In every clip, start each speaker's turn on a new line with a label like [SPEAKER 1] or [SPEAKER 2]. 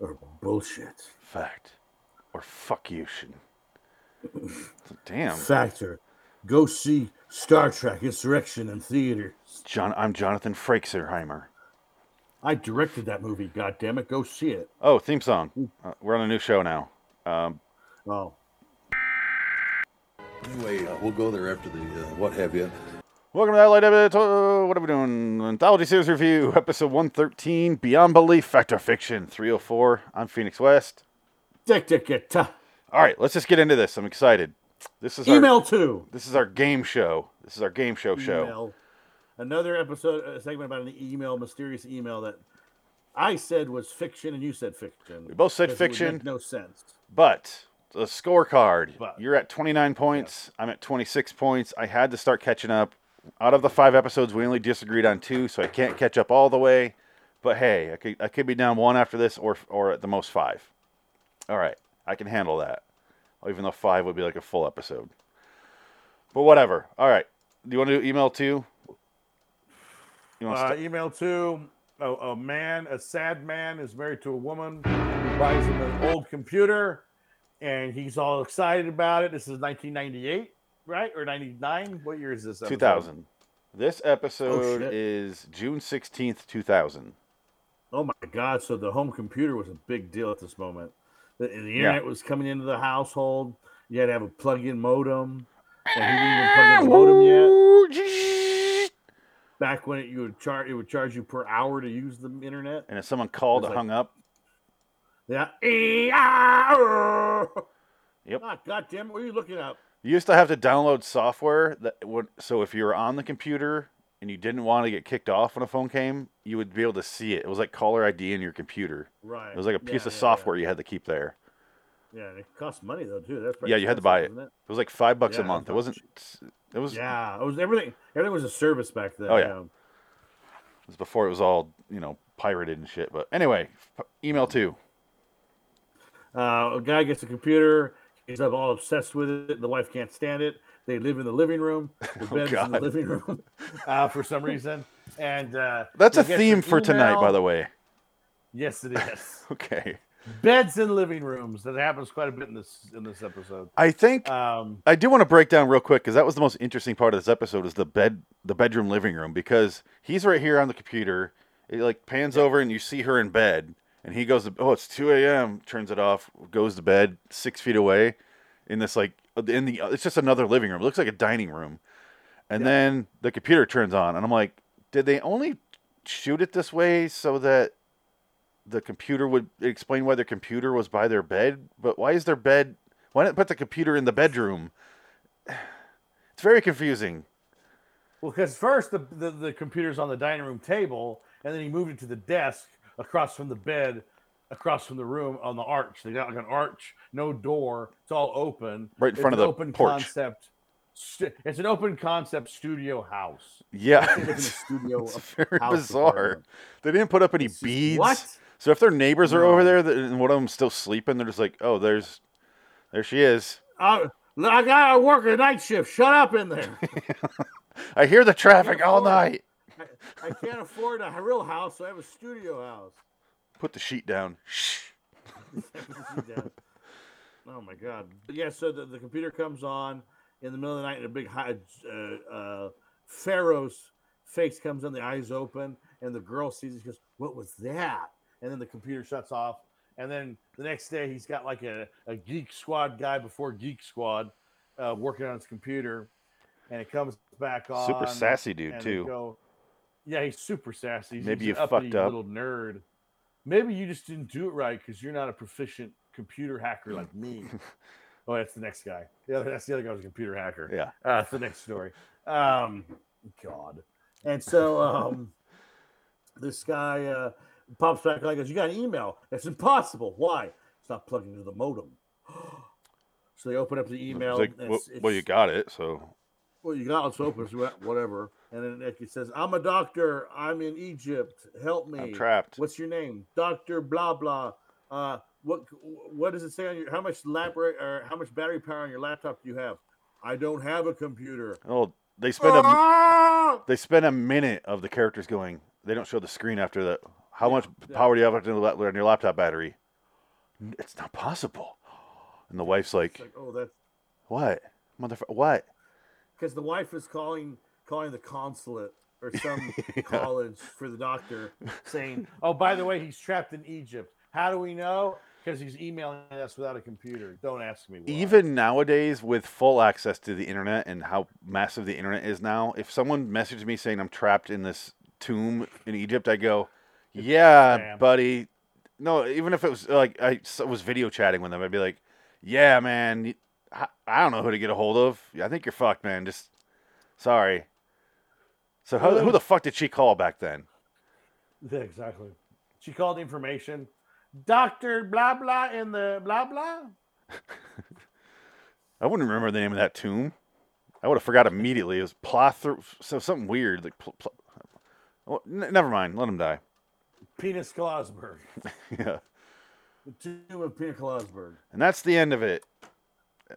[SPEAKER 1] or bullshit
[SPEAKER 2] Fact. Or fuck you, should. Damn.
[SPEAKER 1] factor. Go see Star Trek Insurrection in theaters.
[SPEAKER 2] John, I'm Jonathan Frakesheimer.
[SPEAKER 1] I directed that movie. God damn it, go see it.
[SPEAKER 2] Oh, theme song. Uh, we're on a new show now. Um,
[SPEAKER 1] Oh,
[SPEAKER 3] Anyway, uh, we'll go there after the uh, what have you.
[SPEAKER 2] welcome to Allied Edit- uh, What are we doing? Anthology Series Review, Episode 113, Beyond Belief, Fact or Fiction, 304. I'm Phoenix West.
[SPEAKER 1] dick, dick, it, ta.
[SPEAKER 2] All right, let's just get into this. I'm excited. This is our,
[SPEAKER 1] Email two.
[SPEAKER 2] this is our game show. This is our game show show.
[SPEAKER 1] Email. Another episode, a segment about an email, mysterious email that I said was fiction and you said fiction. We
[SPEAKER 2] both said fiction.
[SPEAKER 1] no sense.
[SPEAKER 2] But the scorecard,
[SPEAKER 1] But.
[SPEAKER 2] you're at 29 points. I'm at 26 points. I had to start catching up. Out of the five episodes, we only disagreed on two, so I can't catch up all the way. But hey, I could, I could be down one after this, or or at the most five. All right, I can handle that. Even though five would be like a full episode. But whatever. All right. Do you want to do email too? You want to
[SPEAKER 4] Uh, email two. A, a man, a sad man, is married to a woman who buys him an old computer, and he's all excited about it. This is 1998, right, or 99? What year is this? episode?
[SPEAKER 2] 2000. This episode is June 16th, 2000.
[SPEAKER 1] Oh my God! So the home computer was a big deal at this moment. The, and the
[SPEAKER 2] Yeah.
[SPEAKER 1] internet was coming into the household. You had to have a plug-in modem, and he didn't even plug in a modem yet. Back when it, you would charge, it would charge you per hour to use the internet.
[SPEAKER 2] And if someone called,
[SPEAKER 1] It's
[SPEAKER 2] I
[SPEAKER 1] like-
[SPEAKER 2] hung up.
[SPEAKER 1] Yeah. Yep.
[SPEAKER 2] Yep.
[SPEAKER 1] Ah, God damn it! What are you looking up?
[SPEAKER 2] You used to have to download software that would. So if you were on the computer and you didn't want to get kicked off when a phone came, you would be able to see it. It was like caller ID in your computer.
[SPEAKER 1] Right.
[SPEAKER 2] It was like a piece
[SPEAKER 1] Yeah,
[SPEAKER 2] of
[SPEAKER 1] yeah,
[SPEAKER 2] software you had to keep there.
[SPEAKER 1] Yeah. yeah, and it cost money though too. That's
[SPEAKER 2] Yeah, you had to buy
[SPEAKER 1] expensive, isn't
[SPEAKER 2] It was like five bucks
[SPEAKER 1] Yeah,
[SPEAKER 2] a
[SPEAKER 1] it
[SPEAKER 2] month. It
[SPEAKER 1] was
[SPEAKER 2] wasn't. It was.
[SPEAKER 1] Yeah, it was everything. Everything was a service back then.
[SPEAKER 2] Oh, yeah. It was before it was all you know pirated and shit. But anyway, f- email two.
[SPEAKER 1] Uh, a guy gets a computer. He's up all obsessed with it. The wife can't stand it. They live in the living room. The bed's in the
[SPEAKER 2] God.
[SPEAKER 1] living room.
[SPEAKER 4] Oh, uh, for some reason, and uh,
[SPEAKER 2] That's
[SPEAKER 4] he
[SPEAKER 2] a
[SPEAKER 4] gets an
[SPEAKER 2] theme for tonight,
[SPEAKER 4] email-
[SPEAKER 2] by the way.
[SPEAKER 4] Yes, it is.
[SPEAKER 2] Okay.
[SPEAKER 4] Beds in living rooms. That happens quite a bit in this in this episode.
[SPEAKER 2] I think
[SPEAKER 4] Um,
[SPEAKER 2] I do want to break down real quick because that was the most interesting part of this episode is the bed, the bedroom living room because he's right here on the computer. It like pans over and you see her in bed, and he goes, to, "Oh, it's two a.m." Turns it off, goes to bed six feet away, in this like uh, in the it's just another living room. It looks like a dining room, and then the computer turns on, and I'm like, "Did they only shoot it this way so that the computer would explain why their computer was by their bed? But why is their bed? Why not put the computer in the bedroom?" It's very confusing.
[SPEAKER 4] well, because first the, the the computer's on the dining room table, and then he moved it to the desk across from the bed, across from the room on the arch. They got like an arch, no door. It's all open.
[SPEAKER 2] Right in
[SPEAKER 4] It's
[SPEAKER 2] front of
[SPEAKER 4] an
[SPEAKER 2] the
[SPEAKER 4] open
[SPEAKER 2] porch.
[SPEAKER 4] Concept. stu- It's an open concept studio house.
[SPEAKER 2] Yeah,
[SPEAKER 1] They live in a
[SPEAKER 2] it's,
[SPEAKER 1] studio.
[SPEAKER 2] it's
[SPEAKER 1] up-
[SPEAKER 2] very
[SPEAKER 1] house
[SPEAKER 2] bizarre.
[SPEAKER 1] apartment.
[SPEAKER 2] They didn't put up any
[SPEAKER 1] It's just-
[SPEAKER 2] beads.
[SPEAKER 1] What?
[SPEAKER 2] So if their neighbors are over
[SPEAKER 1] No.
[SPEAKER 2] there th- and one of them's still sleeping, they're just like, "Oh, there's, there she is."
[SPEAKER 1] I, I gotta work a night shift. Shut up in there.
[SPEAKER 2] I hear the traffic all
[SPEAKER 1] afford it.
[SPEAKER 2] night.
[SPEAKER 1] I, I can't afford a real house, so I have a studio house.
[SPEAKER 2] Put the sheet down. Shh.
[SPEAKER 1] oh my god! But yeah, so the, the computer comes on in the middle of the night, and a big high, uh, uh, Pharaoh's face comes on, the eyes open, and the girl sees it. She goes, "What was that?"
[SPEAKER 4] and then the computer shuts off. And then the next day, he's got like a, a Geek Squad guy before Geek Squad uh, working on his computer, and it comes back on.
[SPEAKER 2] Super sassy dude
[SPEAKER 4] and they
[SPEAKER 2] too.
[SPEAKER 4] go- yeah, he's super sassy.
[SPEAKER 2] Maybe
[SPEAKER 4] he's
[SPEAKER 2] you
[SPEAKER 4] an uppity
[SPEAKER 2] fucked up.
[SPEAKER 4] little nerd. Maybe you just didn't do it right because you're not a proficient computer hacker like me. oh, that's the next guy. The other, that's the other guy was a computer hacker.
[SPEAKER 2] Yeah.
[SPEAKER 4] Uh, that's the next story. Um, God.
[SPEAKER 1] And so um, this guy uh, pops back like, "You got an email? That's impossible. Why? It's not plugged into the modem." So they open up the
[SPEAKER 2] It's
[SPEAKER 1] email.
[SPEAKER 2] like,
[SPEAKER 1] and
[SPEAKER 2] well,
[SPEAKER 1] it's-
[SPEAKER 2] well, you
[SPEAKER 1] it's-
[SPEAKER 2] got it. So
[SPEAKER 1] Well, you got it's open, so wha- whatever. And then like, it says, "I'm a doctor. I'm in Egypt. Help me.
[SPEAKER 2] I'm trapped.
[SPEAKER 1] What's your name, Doctor Blah Blah? Uh, what what does it say on your? How much lab or how much battery power on your laptop do you have? I don't have a computer.
[SPEAKER 2] Oh, they spend a
[SPEAKER 1] Ah!
[SPEAKER 2] they spend a minute of the characters going. They don't show the screen after that. How much power do you have on your lap- on your laptop battery? it's not possible. And the wife's like,
[SPEAKER 1] It's like, oh, that's
[SPEAKER 2] what? Motherfucker, what?
[SPEAKER 1] because the wife is calling calling the consulate or some college for the doctor, saying,
[SPEAKER 4] Oh, by the way, he's trapped in Egypt. How do we know? Because he's emailing us without a computer. Don't ask me. Why.
[SPEAKER 2] Even nowadays, with full access to the internet and how massive the internet is now, if someone messaged me saying I'm trapped in this tomb in Egypt, I go, "Yeah,
[SPEAKER 4] spam."
[SPEAKER 2] buddy." No, even if it was like I s- was video chatting with them, I'd be like, "Yeah, man, y- I, I don't know who to get a hold of. I think you're fucked, man. Just sorry." So who, who the fuck did she call back then?
[SPEAKER 4] Yeah, exactly. She called information. Doctor blah blah in the blah blah.
[SPEAKER 2] I wouldn't remember the name of that tomb. I would have forgot immediately. It was Plothru, so something weird. Like, pl- pl- well, n- never mind. Let him die.
[SPEAKER 4] Penis Klausberg.
[SPEAKER 2] yeah,
[SPEAKER 1] "The tomb of Pina Colosberg."
[SPEAKER 2] and that's the end of it.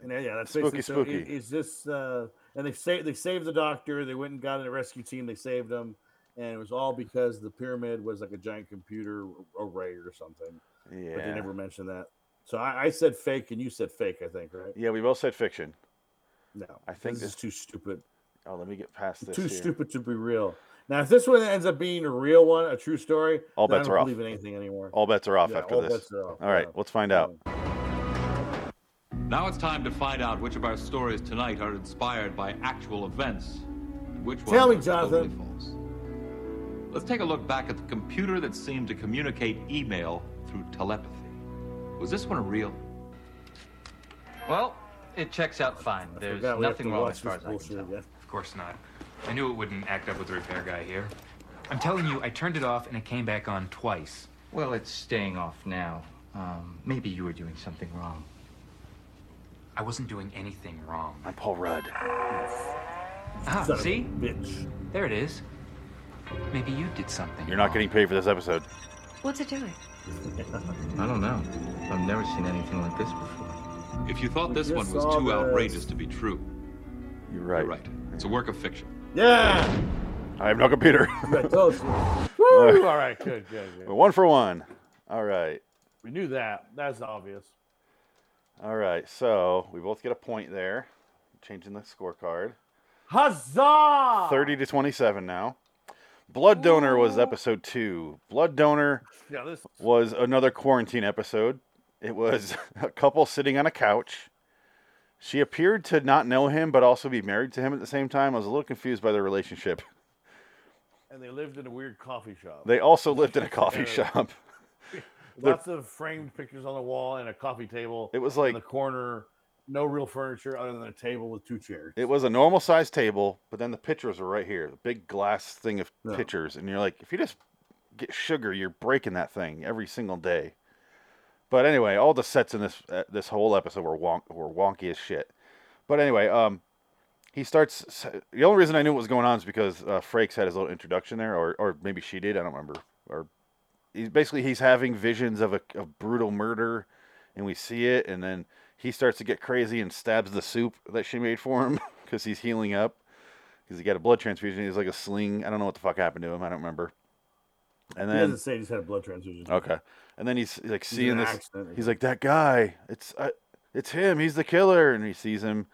[SPEAKER 1] And yeah, that's
[SPEAKER 2] Spooky,
[SPEAKER 1] basically so
[SPEAKER 2] spooky.
[SPEAKER 1] i- Is this uh, and they saved they saved the doctor. They went and got a rescue team. They saved him, and it was all because the pyramid was like a giant computer array or something.
[SPEAKER 2] Yeah,
[SPEAKER 1] But they never mentioned that. So I, I said fake, and you said fake. I think right?
[SPEAKER 2] yeah. We both said fiction.
[SPEAKER 1] No,
[SPEAKER 2] I think
[SPEAKER 1] this is
[SPEAKER 2] this-
[SPEAKER 1] too stupid.
[SPEAKER 2] Oh, let me get past this.
[SPEAKER 1] too
[SPEAKER 2] here.
[SPEAKER 1] stupid to be real. Now, if this one ends up being a real one, a true story,
[SPEAKER 2] All
[SPEAKER 1] then I
[SPEAKER 2] bets
[SPEAKER 1] don't
[SPEAKER 2] are off.
[SPEAKER 1] believe in anything anymore.
[SPEAKER 2] All bets are off
[SPEAKER 1] Yeah,
[SPEAKER 2] after
[SPEAKER 1] all
[SPEAKER 2] this.
[SPEAKER 1] bets are off,
[SPEAKER 2] All right,
[SPEAKER 1] yeah.
[SPEAKER 2] let's find out.
[SPEAKER 5] Now it's time to find out which of our stories tonight are inspired by actual events, and which
[SPEAKER 1] Tell
[SPEAKER 5] ones
[SPEAKER 1] me,
[SPEAKER 5] are totally
[SPEAKER 1] Jonathan.
[SPEAKER 5] false. Let's take a look back at the computer that seemed to communicate email through telepathy. Was this one real?
[SPEAKER 6] Well, it checks out fine. There's
[SPEAKER 1] forgot we have
[SPEAKER 6] nothing
[SPEAKER 1] to
[SPEAKER 6] wrong
[SPEAKER 1] watch
[SPEAKER 6] as far
[SPEAKER 1] this
[SPEAKER 6] as I can
[SPEAKER 1] bullshit
[SPEAKER 6] tell.
[SPEAKER 1] again.
[SPEAKER 6] Of course not. I knew it wouldn't act up with the repair guy here. I'm telling you, I turned it off and it came back on twice. Well, it's staying off now. Um, maybe you were doing something wrong. I wasn't doing anything wrong.
[SPEAKER 2] I'm Paul Rudd.
[SPEAKER 6] Ah,
[SPEAKER 1] Son of a
[SPEAKER 6] see?
[SPEAKER 1] bitch.
[SPEAKER 6] There it is. Maybe you did something.
[SPEAKER 2] You're not
[SPEAKER 6] wrong.
[SPEAKER 2] getting paid for this episode.
[SPEAKER 7] What's it doing?
[SPEAKER 6] I don't know. I've never seen anything like this before.
[SPEAKER 5] If you thought this
[SPEAKER 1] just
[SPEAKER 5] one was
[SPEAKER 1] saw
[SPEAKER 5] too
[SPEAKER 1] this.
[SPEAKER 5] outrageous to be true,
[SPEAKER 2] You're right.
[SPEAKER 5] you're right. It's a work of fiction.
[SPEAKER 1] Yeah,
[SPEAKER 2] I have no computer.
[SPEAKER 1] I told you.
[SPEAKER 4] Woo! All right, good, good, good.
[SPEAKER 2] one for one. All right.
[SPEAKER 4] We knew that. That's obvious.
[SPEAKER 2] All right. So we both get a point there. Changing the scorecard.
[SPEAKER 4] Huzzah!
[SPEAKER 2] 30 to 27 now. Blood Donor was episode two. Blood Donor
[SPEAKER 4] Yeah, this
[SPEAKER 2] was another quarantine episode. It was a couple sitting on a couch. She appeared to not know him, but also be married to him at the same time. I was a little confused by their relationship.
[SPEAKER 4] and they lived in a weird coffee shop.
[SPEAKER 2] They also lived in a coffee shop.
[SPEAKER 4] Lots of framed pictures on the wall and a coffee table.
[SPEAKER 2] It was
[SPEAKER 4] in the
[SPEAKER 2] like
[SPEAKER 4] corner. No real furniture other than a table with two chairs.
[SPEAKER 2] it was a normal sized table, but then the pictures were right here, the big glass thing of
[SPEAKER 1] Yeah.
[SPEAKER 2] pictures, and you're like, if you just get sugar, you're breaking that thing every single day. But anyway, all the sets in this uh, this whole episode were wonk were wonky as shit. But anyway, um, he starts. s- The only reason I knew what was going on is because uh, Frakes had his little introduction there, or or maybe she did. I don't remember. Or he's basically he's having visions of a of brutal murder, and we see it, and then he starts to get crazy and stabs the soup that she made for him because he's healing up because he got a blood transfusion. He's like a sling. I don't know what the fuck happened to him. I don't remember. And
[SPEAKER 1] He doesn't
[SPEAKER 2] then Oh.
[SPEAKER 1] say he just had a blood transfusion.
[SPEAKER 2] okay, and then he's like
[SPEAKER 1] He's in
[SPEAKER 2] seeing
[SPEAKER 1] an
[SPEAKER 2] this.
[SPEAKER 1] accident.
[SPEAKER 2] He's like that guy. It's uh, it's him. He's the killer. And he sees him,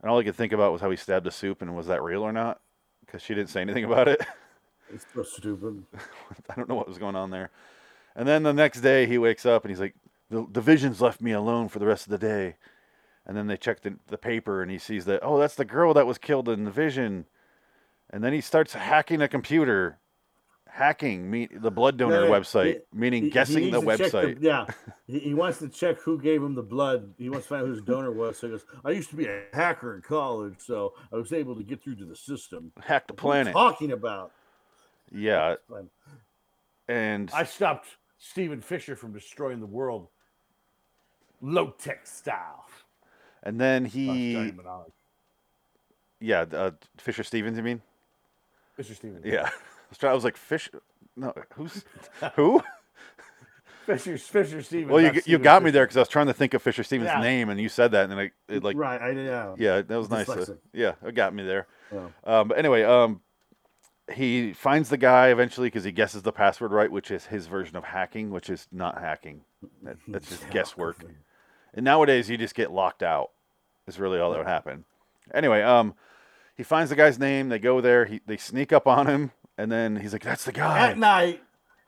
[SPEAKER 2] and all he could think about was how he stabbed the soup and was that real or not? Because she didn't say anything about it.
[SPEAKER 1] it's so stupid.
[SPEAKER 2] I don't know what was going on there. And then the next day he wakes up and he's like, the, the visions left me alone for the rest of the day. And then they check the, the paper and he sees that, oh, that's the girl that was killed in the vision. And then he starts hacking a computer, hacking me, the blood donor
[SPEAKER 1] Yeah,
[SPEAKER 2] website,
[SPEAKER 1] he-
[SPEAKER 2] meaning
[SPEAKER 1] He- he
[SPEAKER 2] guessing the
[SPEAKER 1] needs to check
[SPEAKER 2] website.
[SPEAKER 1] yeah, he, he wants to check who gave him the blood. He wants to find out who his donor was. So he goes, "I used to be a hacker in college, so I was able to get through to the system."
[SPEAKER 2] Hack
[SPEAKER 1] What are you
[SPEAKER 2] the
[SPEAKER 4] Oh,
[SPEAKER 2] planet.
[SPEAKER 1] talking about.
[SPEAKER 2] Yeah.
[SPEAKER 1] Fine.
[SPEAKER 2] And
[SPEAKER 4] I stopped Stephen Fisher from destroying the world. Low tech style.
[SPEAKER 2] and then
[SPEAKER 4] That's
[SPEAKER 2] he,
[SPEAKER 4] Johnny Manolic.
[SPEAKER 2] yeah, uh, Fisher Stevens, you mean?
[SPEAKER 4] Mr. Stephen.
[SPEAKER 2] Yeah. I was, trying, I was like, Fish, no, who's, who?
[SPEAKER 4] Fisher, Fisher Stevens.
[SPEAKER 2] Well, you,
[SPEAKER 4] not
[SPEAKER 2] you
[SPEAKER 4] Stephen
[SPEAKER 2] got me
[SPEAKER 4] Fisher.
[SPEAKER 2] there because I was trying to think of Fisher Stevens'
[SPEAKER 4] Yeah.
[SPEAKER 2] name, and you said that, and then I it like
[SPEAKER 1] right, I yeah.
[SPEAKER 2] yeah, that was nice. uh,
[SPEAKER 1] Dyslexic.
[SPEAKER 2] yeah, it got me there.
[SPEAKER 1] Yeah.
[SPEAKER 2] Um, but anyway, um, he finds the guy eventually because he guesses the password right, which is his version of hacking, which is not hacking. That, that's just guesswork. And nowadays, you just get locked out. Is really all that would happen. Anyway, um, he finds the guy's name. They go there. He, they sneak up on him, and then he's like, "That's the guy."
[SPEAKER 1] At night,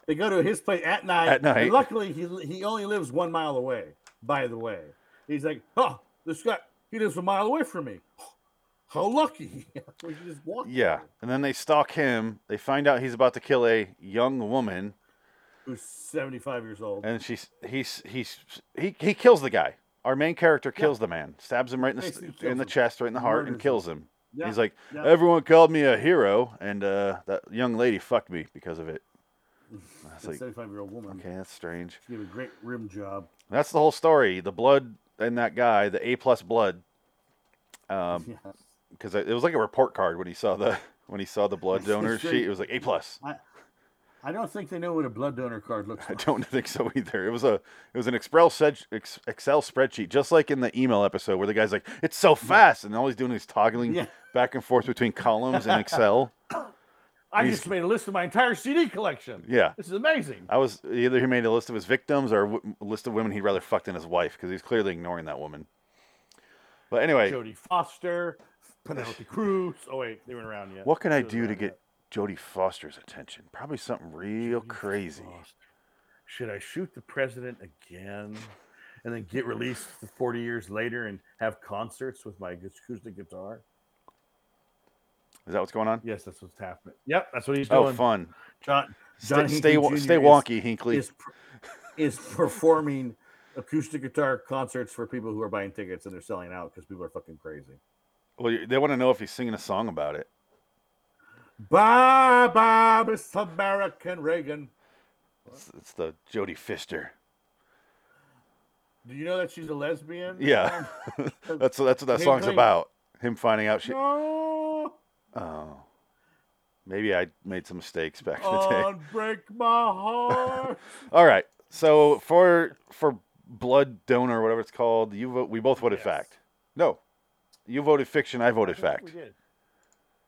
[SPEAKER 1] they go to his place at night.
[SPEAKER 2] At night.
[SPEAKER 1] And luckily, he he only lives one mile away. By the way, he's like, oh, this guy, he lives a mile away from me. How lucky! we can just walk.
[SPEAKER 2] Yeah, and then they stalk him. They find out he's about to kill a young woman,
[SPEAKER 1] Who's seventy-five years old?
[SPEAKER 2] and she's he's he's he he kills the guy. Our main character kills the man, stabs him right in the
[SPEAKER 1] Basically
[SPEAKER 2] st-
[SPEAKER 1] kills
[SPEAKER 2] in the
[SPEAKER 1] him.
[SPEAKER 2] chest, right in the heart, and
[SPEAKER 1] Murders
[SPEAKER 2] kills him.
[SPEAKER 1] Yeah,
[SPEAKER 2] He's like,
[SPEAKER 1] yeah.
[SPEAKER 2] everyone called me a hero, and uh, that young lady fucked me because of it. I was
[SPEAKER 1] A
[SPEAKER 2] like,
[SPEAKER 1] seventy-five-year-old woman.
[SPEAKER 2] okay, that's strange.
[SPEAKER 1] She gave a great rim job.
[SPEAKER 2] That's the whole story. The blood and that guy, the A plus blood,
[SPEAKER 1] Yeah.
[SPEAKER 2] because it was like a report card when he saw the when he saw the blood donor sheet. It was like A plus.
[SPEAKER 1] I don't think they know what a blood donor card looks
[SPEAKER 2] I
[SPEAKER 1] like.
[SPEAKER 2] don't think so either. It was a it was an Excel sed- ex- Excel spreadsheet, just like in the email episode where the guy's like, "It's so fast," and all he's doing is toggling
[SPEAKER 1] Yeah.
[SPEAKER 2] back and forth between columns in Excel.
[SPEAKER 4] I
[SPEAKER 2] He's-
[SPEAKER 4] just made a list of my entire CD collection.
[SPEAKER 2] Yeah.
[SPEAKER 4] This is amazing.
[SPEAKER 2] I was either he made a list of his victims or a w- list of women he'd rather fuck than his wife because he's clearly ignoring that woman. But anyway,
[SPEAKER 4] Jodie Foster, Penelope Cruz. Oh wait, they weren't around yet.
[SPEAKER 2] what can I
[SPEAKER 4] She wasn't
[SPEAKER 2] do to
[SPEAKER 4] around
[SPEAKER 2] get
[SPEAKER 4] yet.
[SPEAKER 2] Jodie Foster's attention? Probably something real crazy.
[SPEAKER 4] Should I shoot the president again, and then get released forty years later and have concerts with my acoustic guitar?
[SPEAKER 2] Is that what's going on?
[SPEAKER 4] Yes, that's what's happening. Yep, that's what he's doing.
[SPEAKER 2] Oh, fun.
[SPEAKER 1] John,
[SPEAKER 2] Stay,
[SPEAKER 1] John
[SPEAKER 2] stay,
[SPEAKER 1] Hinckley
[SPEAKER 2] wa-
[SPEAKER 1] Jr.
[SPEAKER 2] stay
[SPEAKER 1] is-
[SPEAKER 2] wonky, Hinkley.
[SPEAKER 1] Is, per- is performing acoustic guitar concerts for people who are buying tickets and they're selling out because people are fucking crazy.
[SPEAKER 2] Well, you- they want to know if he's singing a song about it.
[SPEAKER 1] Bye, bye, Miss American Reagan.
[SPEAKER 2] It's, it's the Jodie Fister.
[SPEAKER 1] Do you know that she's a lesbian?
[SPEAKER 2] Yeah, that's that's what that
[SPEAKER 1] Hey,
[SPEAKER 2] song's
[SPEAKER 1] Clay.
[SPEAKER 2] about. Him finding out she.
[SPEAKER 1] No,
[SPEAKER 2] Oh, maybe I made some mistakes back in the day.
[SPEAKER 1] unbreak my heart.
[SPEAKER 2] All right. So for for blood donor, whatever it's called, you vote. We both voted
[SPEAKER 4] Yes.
[SPEAKER 2] fact. No, you voted fiction. I voted
[SPEAKER 4] I think
[SPEAKER 2] fact.
[SPEAKER 4] we did.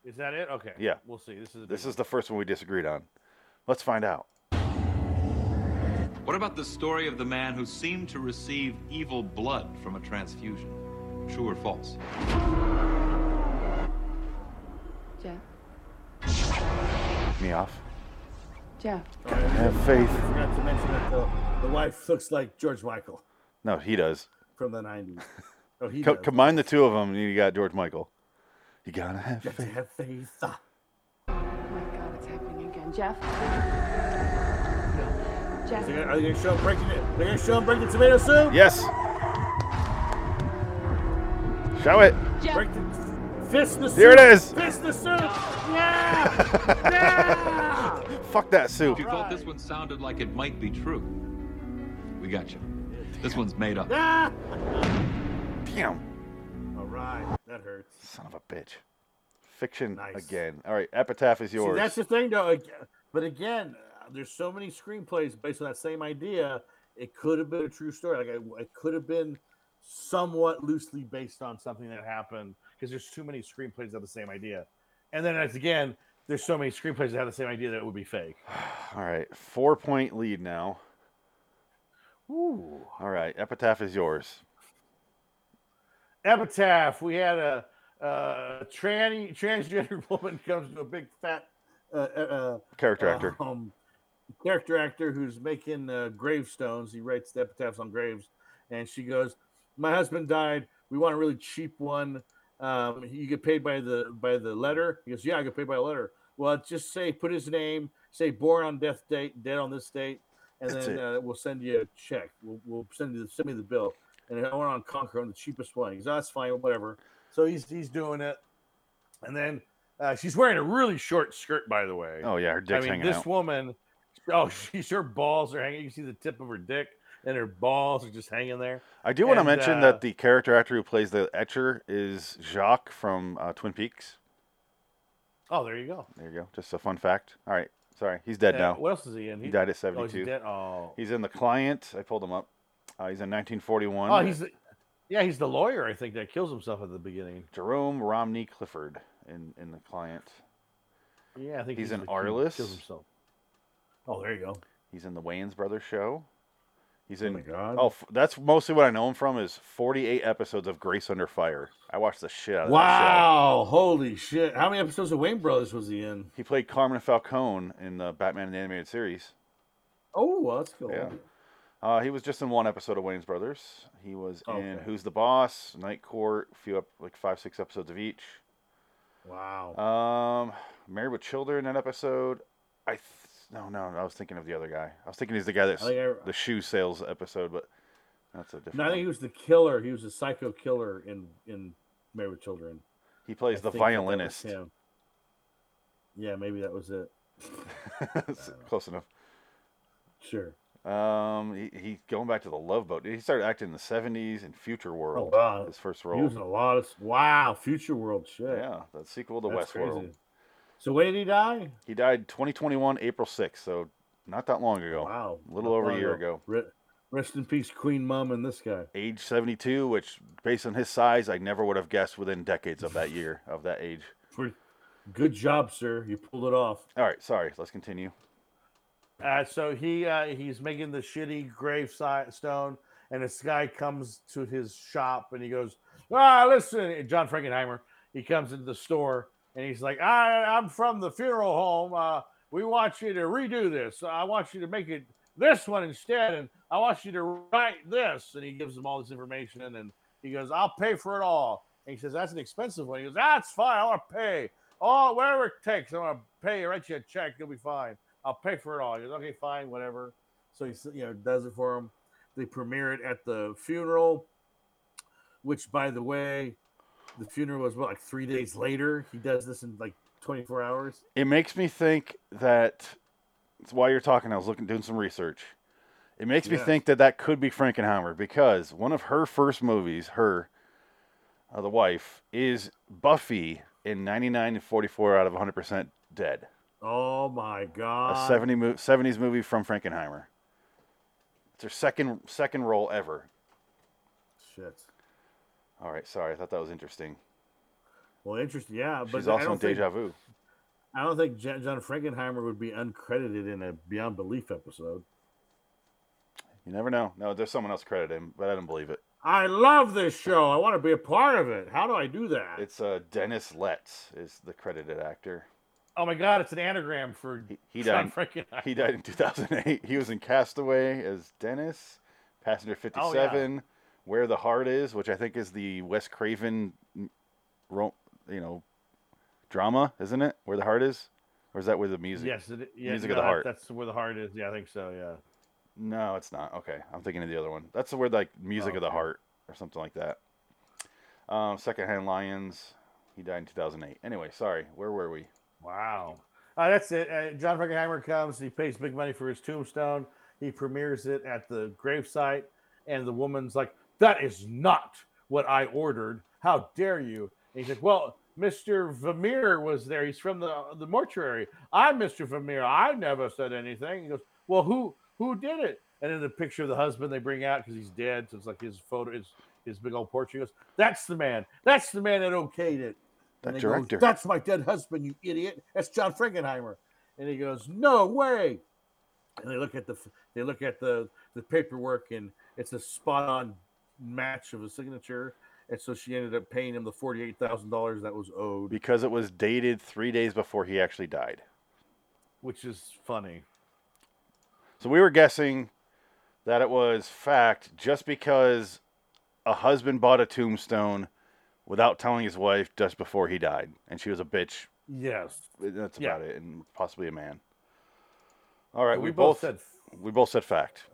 [SPEAKER 4] Is that it? Okay.
[SPEAKER 2] Yeah.
[SPEAKER 4] We'll see. This is a
[SPEAKER 2] This
[SPEAKER 4] big
[SPEAKER 2] is the first one we disagreed on. Let's find out.
[SPEAKER 5] What about the story of the man who seemed to receive evil blood from a transfusion? True or false?
[SPEAKER 7] Jeff,
[SPEAKER 2] Me off.
[SPEAKER 7] Jeff,
[SPEAKER 2] Have faith.
[SPEAKER 1] I forgot to mention that the, the wife looks like George Michael
[SPEAKER 2] No, he does.
[SPEAKER 1] from the 90s. Oh, he
[SPEAKER 2] Co-
[SPEAKER 1] does.
[SPEAKER 2] combine the two of them, and you got George Michael. You gotta have
[SPEAKER 1] Got to
[SPEAKER 2] faith.
[SPEAKER 1] have faith.
[SPEAKER 7] oh my God, it's happening again. Jeff, Jeff,
[SPEAKER 1] They're gonna- Are they going to show him breaking it? They're going to show him breaking tomato soup?
[SPEAKER 2] Yes. Show it.
[SPEAKER 7] Jeff,
[SPEAKER 1] Break the, fist the soup.
[SPEAKER 2] Here it is.
[SPEAKER 1] Fist the soup. Yeah. yeah.
[SPEAKER 2] Fuck that soup.
[SPEAKER 5] You thought this one sounded like it might be true. We got you. This one's made up.
[SPEAKER 1] Ah!
[SPEAKER 2] Damn.
[SPEAKER 1] All right. That hurts.
[SPEAKER 2] Son of a bitch. Fiction
[SPEAKER 1] Nice.
[SPEAKER 2] again. All right. Epitaph is
[SPEAKER 1] See,
[SPEAKER 2] yours.
[SPEAKER 1] that's the thing, though. ag- But again, uh, there's so many screenplays based on that same idea. It could have been a true story. Like it, it could have been somewhat loosely based
[SPEAKER 4] based on something that happened because there's too many screenplays that have the same idea. And then as again, there's so many screenplays that have the same idea that it would be fake.
[SPEAKER 2] All right. Four point lead now.
[SPEAKER 4] Ooh.
[SPEAKER 2] All right. Epitaph is yours.
[SPEAKER 4] Epitaph. We had a, a tranny transgender woman comes to a big fat
[SPEAKER 1] uh, uh,
[SPEAKER 2] Character
[SPEAKER 4] Oh.
[SPEAKER 1] uh,
[SPEAKER 2] actor.
[SPEAKER 1] um, character actor who's making uh, gravestones. He writes the epitaphs on graves, and she goes, "My husband died. We want a really cheap one. Um, you get paid by the by the letter." He goes, "Yeah, I get paid by a letter." Well, just say put his name, say born on death date, dead on this date, and
[SPEAKER 2] That's
[SPEAKER 1] then
[SPEAKER 2] it.
[SPEAKER 1] uh, we'll send you a check. We'll, we'll send you send me the bill. And I went on Conquer on the cheapest one. He goes, "Oh, "That's fine, whatever."
[SPEAKER 4] So he's he's doing it, and then uh, she's wearing a really short skirt, by the way.
[SPEAKER 2] Oh yeah, her
[SPEAKER 4] I
[SPEAKER 2] dick's
[SPEAKER 4] mean,
[SPEAKER 2] hanging
[SPEAKER 4] this
[SPEAKER 2] out.
[SPEAKER 4] woman. Oh, she's her balls are hanging. You see the tip of her dick, and her balls are just hanging there.
[SPEAKER 2] I do want to
[SPEAKER 4] and,
[SPEAKER 2] mention
[SPEAKER 4] uh,
[SPEAKER 2] that the character actor who plays the Etcher is Jacques from uh, Twin Peaks.
[SPEAKER 4] Oh, there you go.
[SPEAKER 2] There you go. Just a fun fact. All right. Sorry, he's dead
[SPEAKER 4] Uh,
[SPEAKER 2] now.
[SPEAKER 4] What else is he in?
[SPEAKER 2] He died at
[SPEAKER 4] Oh, is he
[SPEAKER 2] 72.
[SPEAKER 4] dead? Oh.
[SPEAKER 2] He's in The Client. I pulled him up. Uh, he's in 1941.
[SPEAKER 4] Oh, he's the, yeah, he's the lawyer. I think that kills himself at the beginning.
[SPEAKER 2] Jerome Romney Clifford in, in The Client.
[SPEAKER 4] Yeah, I think
[SPEAKER 2] He's an
[SPEAKER 4] the- he
[SPEAKER 2] Arliss?
[SPEAKER 4] Kills himself. Oh, there you go.
[SPEAKER 2] He's in The Wayans Brothers show. He's in.
[SPEAKER 1] my God.
[SPEAKER 2] Oh, f- that's mostly what I know him from is 48 episodes of Grace Under Fire. I watched the shit out of that show.
[SPEAKER 1] Wow! Holy shit! How many episodes of Wayne Brothers was he in?
[SPEAKER 2] He played Carmen Falcone in the Batman and animated series.
[SPEAKER 1] Oh, well, that's cool.
[SPEAKER 2] Yeah. Uh, he was just in one episode of Wayne's Brothers. He was in
[SPEAKER 1] Okay.
[SPEAKER 2] Who's the Boss, Night Court, a few up like five, six episodes of each.
[SPEAKER 1] Wow.
[SPEAKER 2] Um, Married with Children, that episode. I th- no, no, I was thinking of the other guy. I was thinking he's the guy that's
[SPEAKER 1] I think I-
[SPEAKER 2] the shoe sales episode, but that's a different.
[SPEAKER 1] Oh, no, I think he
[SPEAKER 2] one.
[SPEAKER 1] was the killer. He was a psycho killer in in Married with Children.
[SPEAKER 2] he plays
[SPEAKER 1] I
[SPEAKER 2] the
[SPEAKER 1] think that that was
[SPEAKER 2] violinist.
[SPEAKER 1] him. Yeah, maybe that was it.
[SPEAKER 2] Close enough.
[SPEAKER 1] Sure.
[SPEAKER 2] Um, he, he going back to the Love Boat. He started acting in the '70s in Future World.
[SPEAKER 1] Oh, wow.
[SPEAKER 2] His first
[SPEAKER 1] He
[SPEAKER 2] role.
[SPEAKER 1] was in a lot of wow, Future World shit.
[SPEAKER 2] Yeah, the sequel to
[SPEAKER 1] That's
[SPEAKER 2] Westworld.
[SPEAKER 1] crazy. So when did he die?
[SPEAKER 2] He died 2021 April 6th, so not that long ago.
[SPEAKER 1] Wow,
[SPEAKER 2] a little
[SPEAKER 1] not
[SPEAKER 2] over a
[SPEAKER 1] long
[SPEAKER 2] year ago.
[SPEAKER 1] Re- Rest in peace, Queen Mum and this guy.
[SPEAKER 2] Age 72, which based on his size, I never would have guessed within decades of that year of that age.
[SPEAKER 1] Pretty- Good job, sir. You pulled it off.
[SPEAKER 2] All right, sorry. Let's continue.
[SPEAKER 4] Uh, so he uh, he's making the shitty grave si- stone, and this guy comes to his shop and he goes, "Ah, listen, and John Frankenheimer." He comes into the store and he's like, "I I'm from the funeral home. Uh, we want you to redo this. I want you to make it this one instead, and I want you to write this." And he gives him all this information, and then he goes, "I'll pay for it all." And he says, "That's an expensive one." He goes, "That's fine. I want to pay. Oh, whatever it takes. I want to pay. Write you a check. You'll be fine." I'll pay for it all. He goes, okay, fine, whatever.
[SPEAKER 1] So he s- you know does it for him. They premiere it at the funeral, which by the way, the funeral was what like three days later. He does this in like 24 hours.
[SPEAKER 2] It makes me think that it's while you're talking, I was looking doing some research. It makes me
[SPEAKER 1] Yes.
[SPEAKER 2] think that that could be Frankenheimer because one of her first movies, her, uh, the wife, is Buffy in 99 and 44 out of 100% dead.
[SPEAKER 1] Oh my
[SPEAKER 2] a
[SPEAKER 1] god!
[SPEAKER 2] 70 mo- 70s movie from Frankenheimer. It's her second second role ever.
[SPEAKER 1] Shit.
[SPEAKER 2] All right, sorry. I thought that was interesting.
[SPEAKER 1] Well, interesting. Yeah, but
[SPEAKER 2] She's
[SPEAKER 1] I
[SPEAKER 2] also
[SPEAKER 1] don't
[SPEAKER 2] in Deja
[SPEAKER 1] think,
[SPEAKER 2] Vu.
[SPEAKER 1] I don't think Ja- John Frankenheimer would be uncredited in a Beyond Belief episode.
[SPEAKER 2] You never know. No, there's someone else credited him, but I didn't believe it.
[SPEAKER 1] I love this show. I want to be a part of it. How do I do that?
[SPEAKER 2] It's uh, Dennis Letts is the credited actor.
[SPEAKER 4] Oh my God, it's an anagram for
[SPEAKER 2] He, he
[SPEAKER 4] John
[SPEAKER 2] died.
[SPEAKER 4] Frankenheimer.
[SPEAKER 2] He died in 2008. He was in Castaway as Dennis, Passenger 57, Where the Heart Is, which I think is the Wes Craven, mm, ro- you know, drama, isn't it? Where the Heart Is, or is that where the music?
[SPEAKER 4] Yes, it, yeah,
[SPEAKER 2] Music of the
[SPEAKER 4] that-
[SPEAKER 2] Heart.
[SPEAKER 4] That's where the heart is. Yeah, I think so. Yeah.
[SPEAKER 2] No, it's not. Okay, I'm thinking of the other one. That's the word like music of the heart or something like that. Um, Secondhand Lions. He died in 2008. Anyway, sorry. Where were we?
[SPEAKER 4] Wow. Uh, that's it. Uh, John Frankenheimer comes. He pays big money for his tombstone. He premieres it at the gravesite, and the woman's like, "That is not what I ordered. How dare you?" And he's like, "Well, Mister Vermeer was there. He's from the the mortuary. I'm Mister Vermeer. I never said anything." He goes, "Well, who who did it?" And then the picture of the husband they bring out because he's dead, so it's like his photo, his his big old portrait. He goes, "That's the man. That's the man that okayed it."
[SPEAKER 2] That
[SPEAKER 1] And they go,
[SPEAKER 2] director.
[SPEAKER 1] That's my dead husband, you idiot. That's John Frankenheimer. And he goes, No way. And they look at the they look at the the paperwork, and it's a spot on match of a signature. And so she ended up paying him the forty eight thousand dollars that was owed.
[SPEAKER 2] Because it was dated three days before he actually died.
[SPEAKER 4] Which is funny.
[SPEAKER 2] So we were guessing that it was fact just because a husband bought a tombstone without telling his wife just before he died, and she was a bitch.
[SPEAKER 4] Yes.
[SPEAKER 2] That's
[SPEAKER 4] Yeah.
[SPEAKER 2] about it, and possibly a man. All right,
[SPEAKER 4] But
[SPEAKER 2] we, both said
[SPEAKER 4] said
[SPEAKER 2] we both said fact.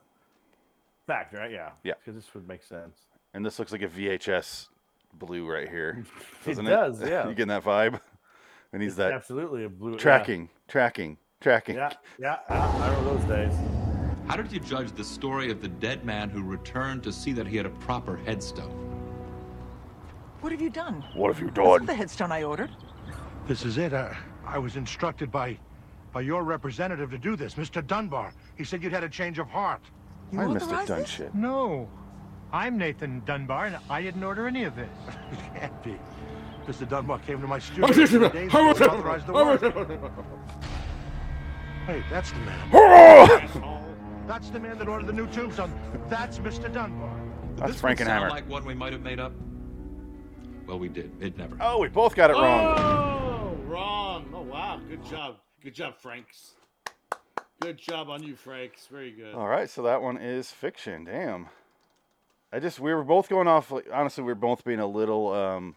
[SPEAKER 4] fact, right? Yeah.
[SPEAKER 2] Yeah.
[SPEAKER 4] Because this would make sense.
[SPEAKER 2] And this looks like a VHS blue right here. Doesn't it,
[SPEAKER 4] does, yeah.
[SPEAKER 2] you getting that vibe? And he's that
[SPEAKER 4] Absolutely a blue yeah.
[SPEAKER 2] tracking, tracking, tracking.
[SPEAKER 4] Yeah, yeah. uh, I, I remember those days.
[SPEAKER 5] How did you judge the story of the dead man who returned to see that he had a proper headstone?
[SPEAKER 8] What have you done?
[SPEAKER 2] What have you
[SPEAKER 8] That's not
[SPEAKER 2] done?
[SPEAKER 8] the headstone I ordered.
[SPEAKER 9] This is it. I, I was instructed by, by your representative to do this, Mr. Dunbar. He said you'd had a change of heart.
[SPEAKER 8] You
[SPEAKER 2] I'm Mr.
[SPEAKER 8] authorized this?
[SPEAKER 2] Dunshit.
[SPEAKER 10] No. I'm Nathan Dunbar, and I didn't order any of this.
[SPEAKER 9] It can't be. Mr. Dunbar came to my studio
[SPEAKER 2] Oh,
[SPEAKER 9] three days ago and authorized the work. Wait, that's the man. That's the man that ordered the new tubes on. That's Mr. Dunbar.
[SPEAKER 2] That's
[SPEAKER 5] one sound
[SPEAKER 2] Frankenheimer.
[SPEAKER 5] like one we might have made up. Well, we did. It never.
[SPEAKER 2] Oh, we both got it wrong.
[SPEAKER 1] Oh, wrong. Oh, wow. Good job. Good job, Franks. Good job on you, Franks. Very good.
[SPEAKER 2] All right, so that one is fiction. Damn. I just we were both going off. Like, honestly, we were both being a little um,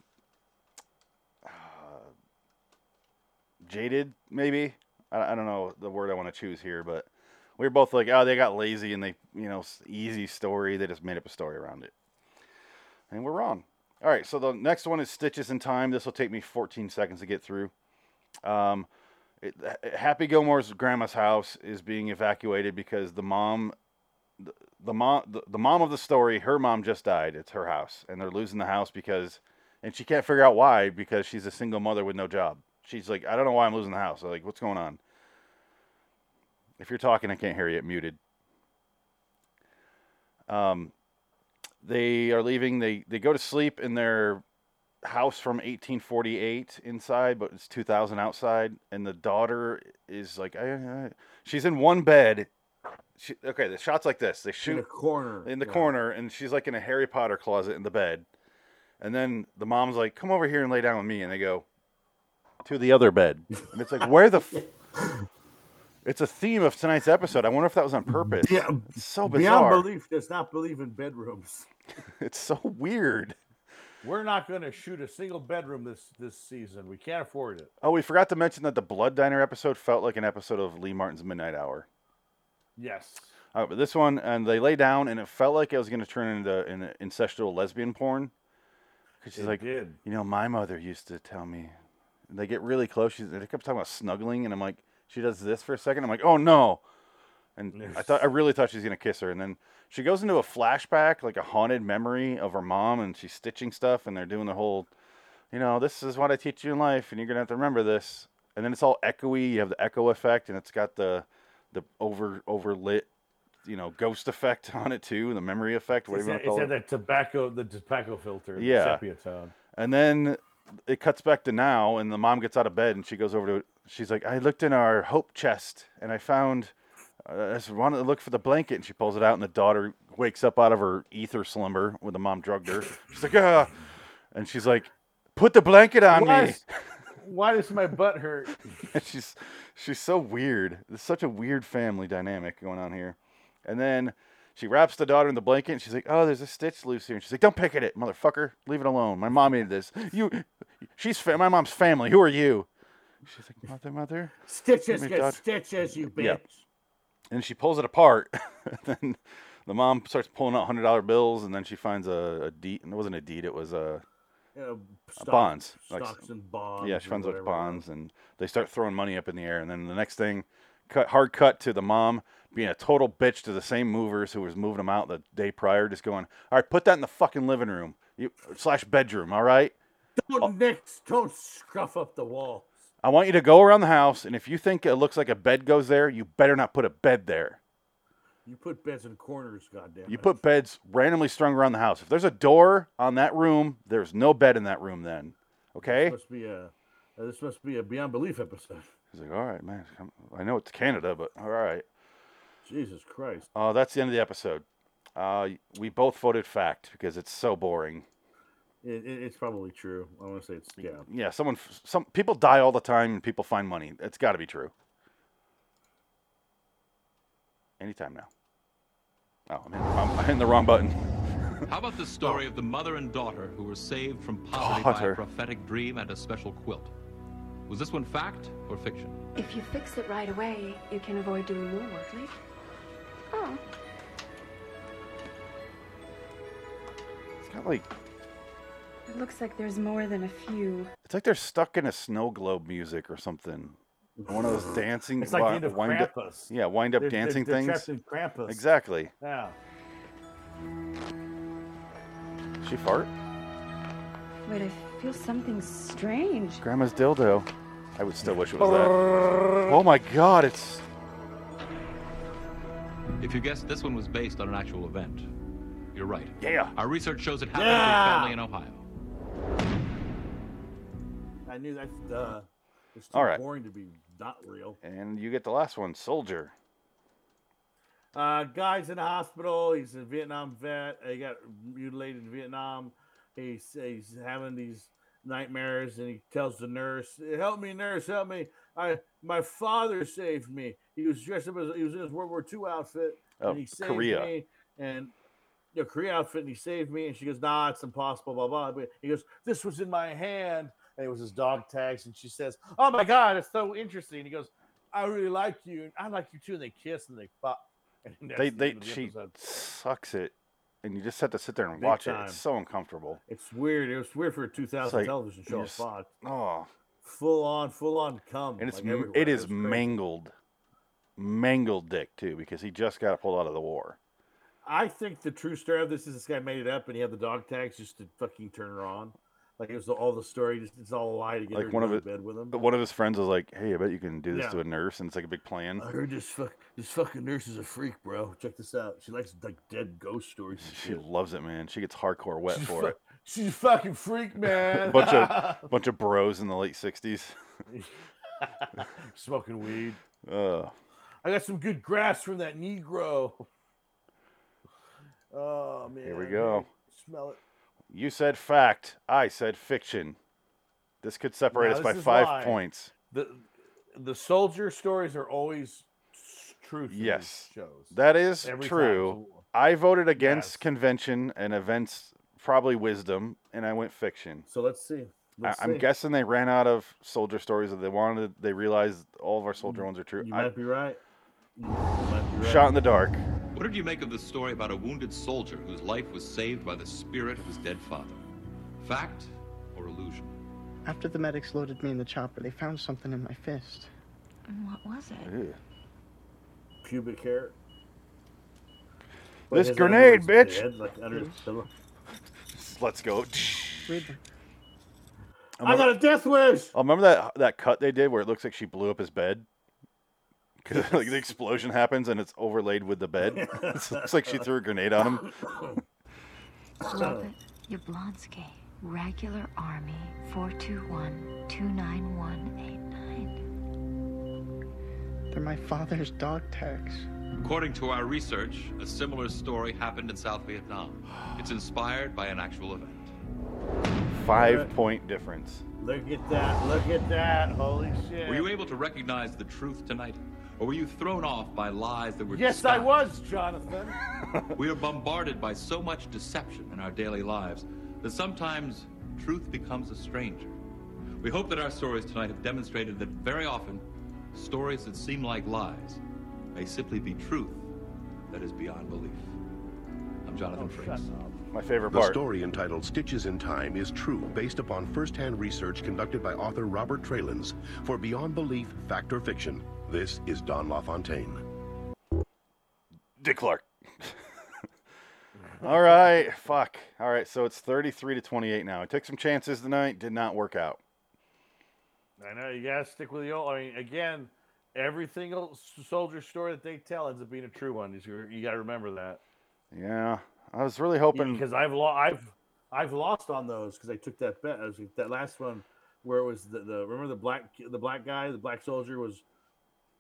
[SPEAKER 2] uh, jaded, maybe. I, I don't know the word I want to choose here, but we were both like, oh, they got lazy and they, you know, s- easy story. They just made up a story around it, and we're wrong. All right, so the next one is Stitches in Time. This will take me 14 seconds to get through. Um, it, Happy Gilmore's grandma's house is being evacuated because the mom, the, the mom, the, the mom of the story, her mom just died. It's her house, and they're losing the house because, and she can't figure out why because she's a single mother with no job. She's like, I don't know why I'm losing the house. Like, what's going on? If you're talking, I can't hear you. It muted. Um, they are leaving. They they go to sleep in their house from 1848 inside, but it's 2000 outside. And the daughter is like, I, I- she's in one bed. She, okay, the shots like this. They shoot
[SPEAKER 1] in the corner.
[SPEAKER 2] in the
[SPEAKER 1] Yeah.
[SPEAKER 2] corner, and she's like in a Harry Potter closet in the bed. And then the mom's like, "Come over here and lay down with me." And they go to the other bed, and it's like, "Where the?" F- it's a theme of tonight's episode. I wonder if that was on purpose.
[SPEAKER 1] Yeah,
[SPEAKER 2] it's so
[SPEAKER 1] Beyond
[SPEAKER 2] bizarre.
[SPEAKER 1] belief does not believe in bedrooms.
[SPEAKER 2] It's so weird.
[SPEAKER 4] We're not going to shoot a single bedroom this this season. We can't afford it.
[SPEAKER 2] Oh, we forgot to mention that the Blood Diner episode felt like an episode of Lee Martin's Midnight Hour.
[SPEAKER 4] Yes.
[SPEAKER 2] All right, but this one, and they lay down, and it felt like it was going to turn into an incestual lesbian porn. Because she's
[SPEAKER 4] It
[SPEAKER 2] like,
[SPEAKER 4] did.
[SPEAKER 2] you know, my mother used to tell me. And they get really close. She's, they kept talking about snuggling, and I'm like, she does this for a second. I'm like, oh no. And I thought I really thought she was gonna kiss her, and then she goes into a flashback, like a haunted memory of her mom, and she's stitching stuff, and they're doing the whole, you know, this is what I teach you in life, and you're gonna have to remember this. And then it's all echoey. You have the echo effect, and it's got the the over overlit, you know, ghost effect on it too, the memory effect,
[SPEAKER 4] It's that,
[SPEAKER 2] whatever you want to call
[SPEAKER 4] it's
[SPEAKER 2] it.
[SPEAKER 4] that- that tobacco, the tobacco filter, the
[SPEAKER 2] Yeah.
[SPEAKER 4] sepia tone.
[SPEAKER 2] And then it cuts back to now, and the mom gets out of bed and she goes over to. She's like, I looked in our hope chest and I found. Uh, I just wanted to look for the blanket, and she pulls it out, and the daughter wakes up out of her ether slumber when the mom drugged her. She's like, ah, and she's like, put the blanket on
[SPEAKER 4] Why,
[SPEAKER 2] me.
[SPEAKER 4] is- why does my butt hurt?
[SPEAKER 2] And she's she's so weird. There's such a weird family dynamic going on here. And then she wraps the daughter in the blanket and she's like, "Oh, there's a stitch loose here." And she's like, "Don't pick at it, motherfucker. Leave it alone. My mom made this. You, she's fa- my mom's family. Who are you?" She's like, "Mother, mother."
[SPEAKER 1] Stitches
[SPEAKER 2] me
[SPEAKER 1] get
[SPEAKER 2] dodge-
[SPEAKER 1] stitches, you bitch.
[SPEAKER 2] Yeah. And she pulls it apart. and then the mom starts pulling out hundred dollar bills, and then she finds a, a deed. It wasn't a deed. It was a
[SPEAKER 1] You know, stock-
[SPEAKER 2] bonds, like-
[SPEAKER 1] Stocks and bonds.
[SPEAKER 2] yeah. She
[SPEAKER 1] or
[SPEAKER 2] finds
[SPEAKER 1] whatever
[SPEAKER 2] those
[SPEAKER 1] it
[SPEAKER 2] bonds, and they start throwing money up in the air. And then the next thing, cut hard cut to the mom being a total bitch to the same movers who was moving them out the day prior, just going, "All right, put that in the fucking living room you, slash bedroom. All right,
[SPEAKER 1] was. Don't nix, don't scruff up the wall.
[SPEAKER 2] I want you to go around the house, and if you think it looks like a bed goes there, you better not put a bed there.
[SPEAKER 1] You put beds in corners, goddamn.
[SPEAKER 2] You
[SPEAKER 1] it.
[SPEAKER 2] put beds randomly strung around the house. If there's a door on that room, there's no bed in that room then. Okay?
[SPEAKER 1] Must be a. uh, this must be a beyond belief episode.
[SPEAKER 2] He's like, all right, man. come- I know it's Canada, but all right.
[SPEAKER 1] Jesus Christ.
[SPEAKER 2] Uh, that's the end of the episode. Uh, we both voted fact because it's so boring.
[SPEAKER 1] It, it, it's probably true. I want to say it's yeah.
[SPEAKER 2] Yeah, someone, f- some people die all the time, and people find money. It's got to be true. Anytime now. Oh, I'm in, I'm, I'm in the wrong button.
[SPEAKER 5] How about the story of the mother and daughter who were saved from poverty by
[SPEAKER 2] Daughter.
[SPEAKER 5] a prophetic dream and a special quilt? Was this one fact or fiction?
[SPEAKER 7] If you fix it right away, you can avoid doing more work later. Oh,
[SPEAKER 2] It's got like
[SPEAKER 7] it looks like there's more than a few.
[SPEAKER 2] It's like they're stuck in a snow globe music or something. One of those dancing,
[SPEAKER 4] It's like the
[SPEAKER 2] wi-
[SPEAKER 4] end of
[SPEAKER 2] wind up,
[SPEAKER 4] Krampus.
[SPEAKER 2] yeah, wind up
[SPEAKER 4] They're- they're-
[SPEAKER 2] dancing
[SPEAKER 4] they're
[SPEAKER 2] things.
[SPEAKER 4] trapped in Krampus.
[SPEAKER 2] Exactly.
[SPEAKER 4] Yeah.
[SPEAKER 2] She fart.
[SPEAKER 7] Wait, I feel something strange.
[SPEAKER 2] Grandma's dildo. I would still wish it was that. Oh my god, it's
[SPEAKER 5] If you guessed this one was based on an actual event, you're right.
[SPEAKER 2] yeah.
[SPEAKER 5] Our research shows it happened
[SPEAKER 1] Yeah.
[SPEAKER 5] to a family in Ohio.
[SPEAKER 1] I knew that's uh, it's too
[SPEAKER 2] All right.
[SPEAKER 1] boring to be not real.
[SPEAKER 2] And you get the last one, soldier.
[SPEAKER 1] Uh, guy's in the hospital. He's a Vietnam vet. He got mutilated in Vietnam. He's he's having these nightmares, and he tells the nurse, "Help me, nurse, help me! I my father saved me. He was dressed up as he was in his World War II outfit,
[SPEAKER 2] Oh,
[SPEAKER 1] and he saved
[SPEAKER 2] Korea.
[SPEAKER 1] me. And you know, Korea outfit, and he saved me. And she goes, "Nah, it's impossible." Blah blah. But he goes, "This was in my hand." And it was his dog tags, and she says, "Oh my God, it's so interesting." He goes, "I really like you, and I like you too." And they kiss and they fuck. And that's
[SPEAKER 2] they
[SPEAKER 1] the
[SPEAKER 2] they
[SPEAKER 1] end of the
[SPEAKER 2] she
[SPEAKER 1] episode.
[SPEAKER 2] sucks it, and you just have to sit there and
[SPEAKER 1] Big
[SPEAKER 2] watch it.
[SPEAKER 1] time.
[SPEAKER 2] It's so uncomfortable.
[SPEAKER 1] It's weird. It was weird for a 2000
[SPEAKER 2] like,
[SPEAKER 1] television show.
[SPEAKER 2] you're
[SPEAKER 1] on
[SPEAKER 2] s-
[SPEAKER 1] Fox.
[SPEAKER 2] Oh,
[SPEAKER 1] full on, full on cum.
[SPEAKER 2] and it's
[SPEAKER 1] like,
[SPEAKER 2] m-
[SPEAKER 1] everywhere.
[SPEAKER 2] it is
[SPEAKER 1] was crazy.
[SPEAKER 2] mangled, mangled dick too because he just got pulled out of the war.
[SPEAKER 1] I think the true story of this is this guy made it up and he had the dog tags just to fucking turn her on. Like it was all the story. Just, it's all a lie to get her
[SPEAKER 2] Like
[SPEAKER 1] to
[SPEAKER 2] one
[SPEAKER 1] go
[SPEAKER 2] of
[SPEAKER 1] to
[SPEAKER 2] it,
[SPEAKER 1] bed with him.
[SPEAKER 2] one of his friends was like, "Hey, I bet you can do this
[SPEAKER 1] Yeah.
[SPEAKER 2] to a nurse," and it's like a big plan.
[SPEAKER 1] I heard this fuck this fucking nurse is a freak, bro. Check this out. She likes like dead ghost stories. and
[SPEAKER 2] She
[SPEAKER 1] shit.
[SPEAKER 2] loves it, man. She gets hardcore wet for it.
[SPEAKER 1] She's a fucking freak, man.
[SPEAKER 2] bunch of bunch of bros in the late '60s.
[SPEAKER 1] smoking weed.
[SPEAKER 2] Uh,
[SPEAKER 1] I got some good grass from that Negro. Oh man.
[SPEAKER 2] Here we go.
[SPEAKER 1] Smell it.
[SPEAKER 2] you said fact. I said fiction. This could separate
[SPEAKER 4] Now, this
[SPEAKER 2] us by
[SPEAKER 4] is
[SPEAKER 2] five
[SPEAKER 4] why
[SPEAKER 2] points.
[SPEAKER 4] The the soldier stories are always s- true. for these
[SPEAKER 2] Yes,
[SPEAKER 4] shows
[SPEAKER 2] that is
[SPEAKER 4] Every time.
[SPEAKER 2] true. I voted against
[SPEAKER 4] Yes.
[SPEAKER 2] convention and events, probably wisdom, and I went fiction.
[SPEAKER 1] So let's see.
[SPEAKER 2] I,
[SPEAKER 1] Let's
[SPEAKER 2] I'm
[SPEAKER 1] see.
[SPEAKER 2] guessing they ran out of soldier stories that they wanted. They realized all of our soldier ones are true.
[SPEAKER 1] Mm, You
[SPEAKER 2] I-
[SPEAKER 1] might be right. You might be right.
[SPEAKER 2] Shot in the dark.
[SPEAKER 5] What did you make of the story about a wounded soldier whose life was saved by the spirit of his dead father? Fact or illusion?
[SPEAKER 11] After the medics loaded me in the chopper, they found something in my fist.
[SPEAKER 7] And what was it?
[SPEAKER 1] pubic hair.
[SPEAKER 2] This
[SPEAKER 1] his
[SPEAKER 2] grenade,
[SPEAKER 1] underwear is
[SPEAKER 2] bitch.
[SPEAKER 1] dead, like, under his pillow.
[SPEAKER 2] Let's go.
[SPEAKER 1] I got a death wish.
[SPEAKER 2] I Oh, remember that that cut they did where it looks like she blew up his bed. Because like the explosion happens and it's overlaid with the bed. it looks like she threw a grenade on him.
[SPEAKER 7] Velvet Yablonsky, regular army, 421 29189.
[SPEAKER 11] They're my father's dog tags.
[SPEAKER 5] According to our research, a similar story happened in South Vietnam. It's inspired by an actual event.
[SPEAKER 2] Five
[SPEAKER 1] Alright.
[SPEAKER 2] point difference.
[SPEAKER 1] Look at that. Look at that. Holy shit.
[SPEAKER 5] Were you able to recognize the truth tonight? Or were you thrown off by lies that were
[SPEAKER 4] Yes, I was, Jonathan.
[SPEAKER 5] We are bombarded by so much deception in our daily lives that sometimes truth becomes a stranger. We hope that our stories tonight have demonstrated that very often, stories that seem like lies may simply be truth that is beyond belief. I'm Jonathan
[SPEAKER 4] Oh,
[SPEAKER 5] Frakes.
[SPEAKER 2] My favorite
[SPEAKER 12] The
[SPEAKER 2] part.
[SPEAKER 12] story entitled Stitches in Time is true based upon first-hand research conducted by author Robert Trailens for Beyond Belief, Fact or Fiction. This is Don LaFontaine.
[SPEAKER 2] Dick Clark. All right. Fuck. All right. So it's 33 to 28 now. I took some chances tonight. Did not work out.
[SPEAKER 4] I know you gotta stick with the old. I mean, again, every single s- soldier story that they tell ends up being a true one. You you gotta remember that
[SPEAKER 2] Yeah. I was really hoping.
[SPEAKER 1] because I've lost. I've I've lost on those because I took that bet. I was, that last one where it was the, the remember the black the black guy the black soldier was,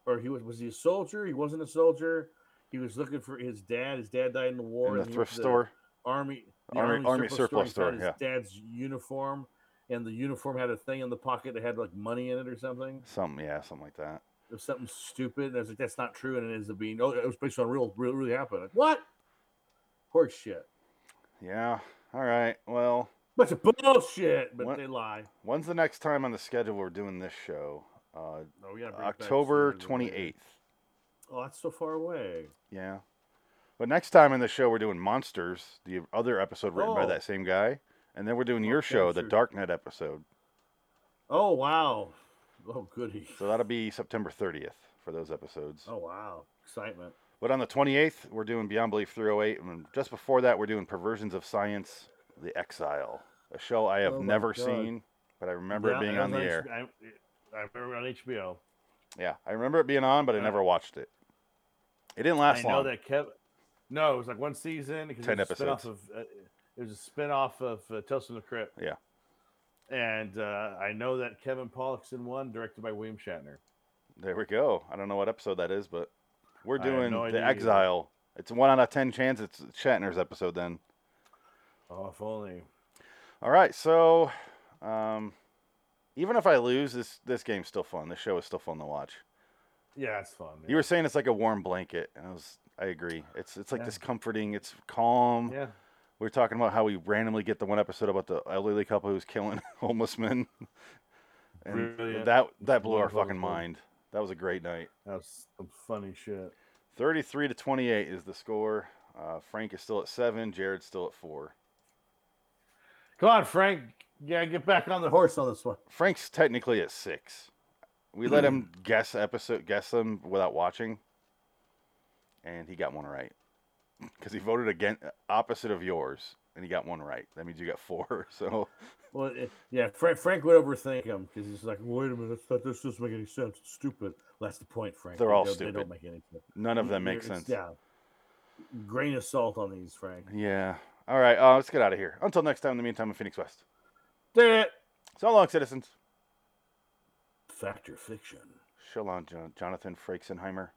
[SPEAKER 1] or he was was he a soldier? He wasn't a soldier. He was looking for his dad. His dad died in the war.
[SPEAKER 2] In the
[SPEAKER 1] and he went
[SPEAKER 2] thrift
[SPEAKER 1] to the
[SPEAKER 2] store?
[SPEAKER 1] Army. the
[SPEAKER 2] Army- Army surplus
[SPEAKER 1] store. and found
[SPEAKER 2] store,
[SPEAKER 1] His dad's uniform, and the uniform had a thing in the pocket that had like money in it or something.
[SPEAKER 2] Something. Yeah. Something like that.
[SPEAKER 1] It was something stupid. And I was like, that's not true. And it ends up being, oh, it was based on real, real, really happened. Like, what? Horse shit.
[SPEAKER 2] Yeah. All right. Well.
[SPEAKER 1] Bunch of bullshit, but
[SPEAKER 2] What-
[SPEAKER 1] they lie.
[SPEAKER 2] When's the next time on the schedule we're doing this show? Uh,
[SPEAKER 1] Oh, we gotta bring it back sooner
[SPEAKER 2] October
[SPEAKER 1] than
[SPEAKER 2] twenty
[SPEAKER 1] later.
[SPEAKER 2] eighth.
[SPEAKER 1] Oh, that's so far away.
[SPEAKER 2] Yeah. But next time in the show we're doing Monsters, the other episode written by
[SPEAKER 1] Oh.
[SPEAKER 2] that same guy, and then we're doing your show, the
[SPEAKER 1] sure.
[SPEAKER 2] Darknet episode.
[SPEAKER 1] Oh, wow. Oh, goody.
[SPEAKER 2] So that'll be September thirtieth for those episodes.
[SPEAKER 1] Oh, wow. Excitement.
[SPEAKER 2] But on the twenty eighth, we're doing Beyond Belief three hundred eight, and just before that, we're doing Perversions of Science: The Exile, a show I have
[SPEAKER 1] Oh my
[SPEAKER 2] never
[SPEAKER 1] God.
[SPEAKER 2] seen, but I remember
[SPEAKER 4] Yeah,
[SPEAKER 2] it being
[SPEAKER 4] that
[SPEAKER 2] on the
[SPEAKER 4] was
[SPEAKER 2] air.
[SPEAKER 4] H- I, I remember on HBO.
[SPEAKER 2] Yeah, I remember it being on, but I never watched it. It didn't last
[SPEAKER 4] I know
[SPEAKER 2] long.
[SPEAKER 4] that Kevin. No, it was like one season. 'cause
[SPEAKER 2] 10
[SPEAKER 4] it was a spin-off
[SPEAKER 2] episodes.
[SPEAKER 4] Of, uh, it was a spinoff of uh, Tales from the Crypt.
[SPEAKER 2] Yeah.
[SPEAKER 4] And uh, I know that Kevin Pollock's in one, directed by William Shatner.
[SPEAKER 2] There we go. I don't know what episode that is, but We're
[SPEAKER 4] I had
[SPEAKER 2] doing
[SPEAKER 4] no
[SPEAKER 2] the
[SPEAKER 4] idea.
[SPEAKER 2] Exile. It's a one out of ten chance it's Shatner's episode then.
[SPEAKER 4] Oh, if only.
[SPEAKER 2] All right, so um, even if I lose, this this game's still fun. This show is still fun to watch.
[SPEAKER 4] Yeah, it's fun.
[SPEAKER 2] You were saying it's like a warm blanket, and I was I agree. It's it's like
[SPEAKER 4] Yeah.
[SPEAKER 2] this comforting. It's calm.
[SPEAKER 4] Yeah.
[SPEAKER 2] We were talking about how we randomly get the one episode about the elderly couple who's killing homeless men, and
[SPEAKER 4] Brilliant.
[SPEAKER 2] that that blew our
[SPEAKER 4] Wonderful.
[SPEAKER 2] fucking mind. That was a great night.
[SPEAKER 4] That's some funny shit.
[SPEAKER 2] Thirty-three to twenty-eight is the score. Uh, Frank is still at seven. Jared's still at four.
[SPEAKER 4] Come on, Frank. Yeah, get back on the horse on this one.
[SPEAKER 2] Frank's technically at six. We let him guess episode, guess them without watching, and he got one right because he voted again opposite of yours, and he got one right. That means you got four. So
[SPEAKER 1] Well,
[SPEAKER 4] eh,
[SPEAKER 1] it- yeah, Frank, Frank would overthink him because he's like, wait a minute, that, this doesn't make any sense. It's stupid. Well, that's the point, Frank.
[SPEAKER 2] They're
[SPEAKER 1] They
[SPEAKER 2] all
[SPEAKER 1] don't- They
[SPEAKER 2] stupid.
[SPEAKER 1] don't make any sense.
[SPEAKER 2] None of
[SPEAKER 1] You-
[SPEAKER 2] them make
[SPEAKER 1] you're- it's-
[SPEAKER 2] sense.
[SPEAKER 1] Yeah. Grain of salt on these, Frank.
[SPEAKER 2] yeah, all right. Uh, let's get out of here. Until next time. In the meantime, I'm Phoenix West.
[SPEAKER 1] Did it.
[SPEAKER 2] So long, citizens.
[SPEAKER 1] Factor fiction.
[SPEAKER 2] Shalom, Jon- Jonathan Fraksenheimer.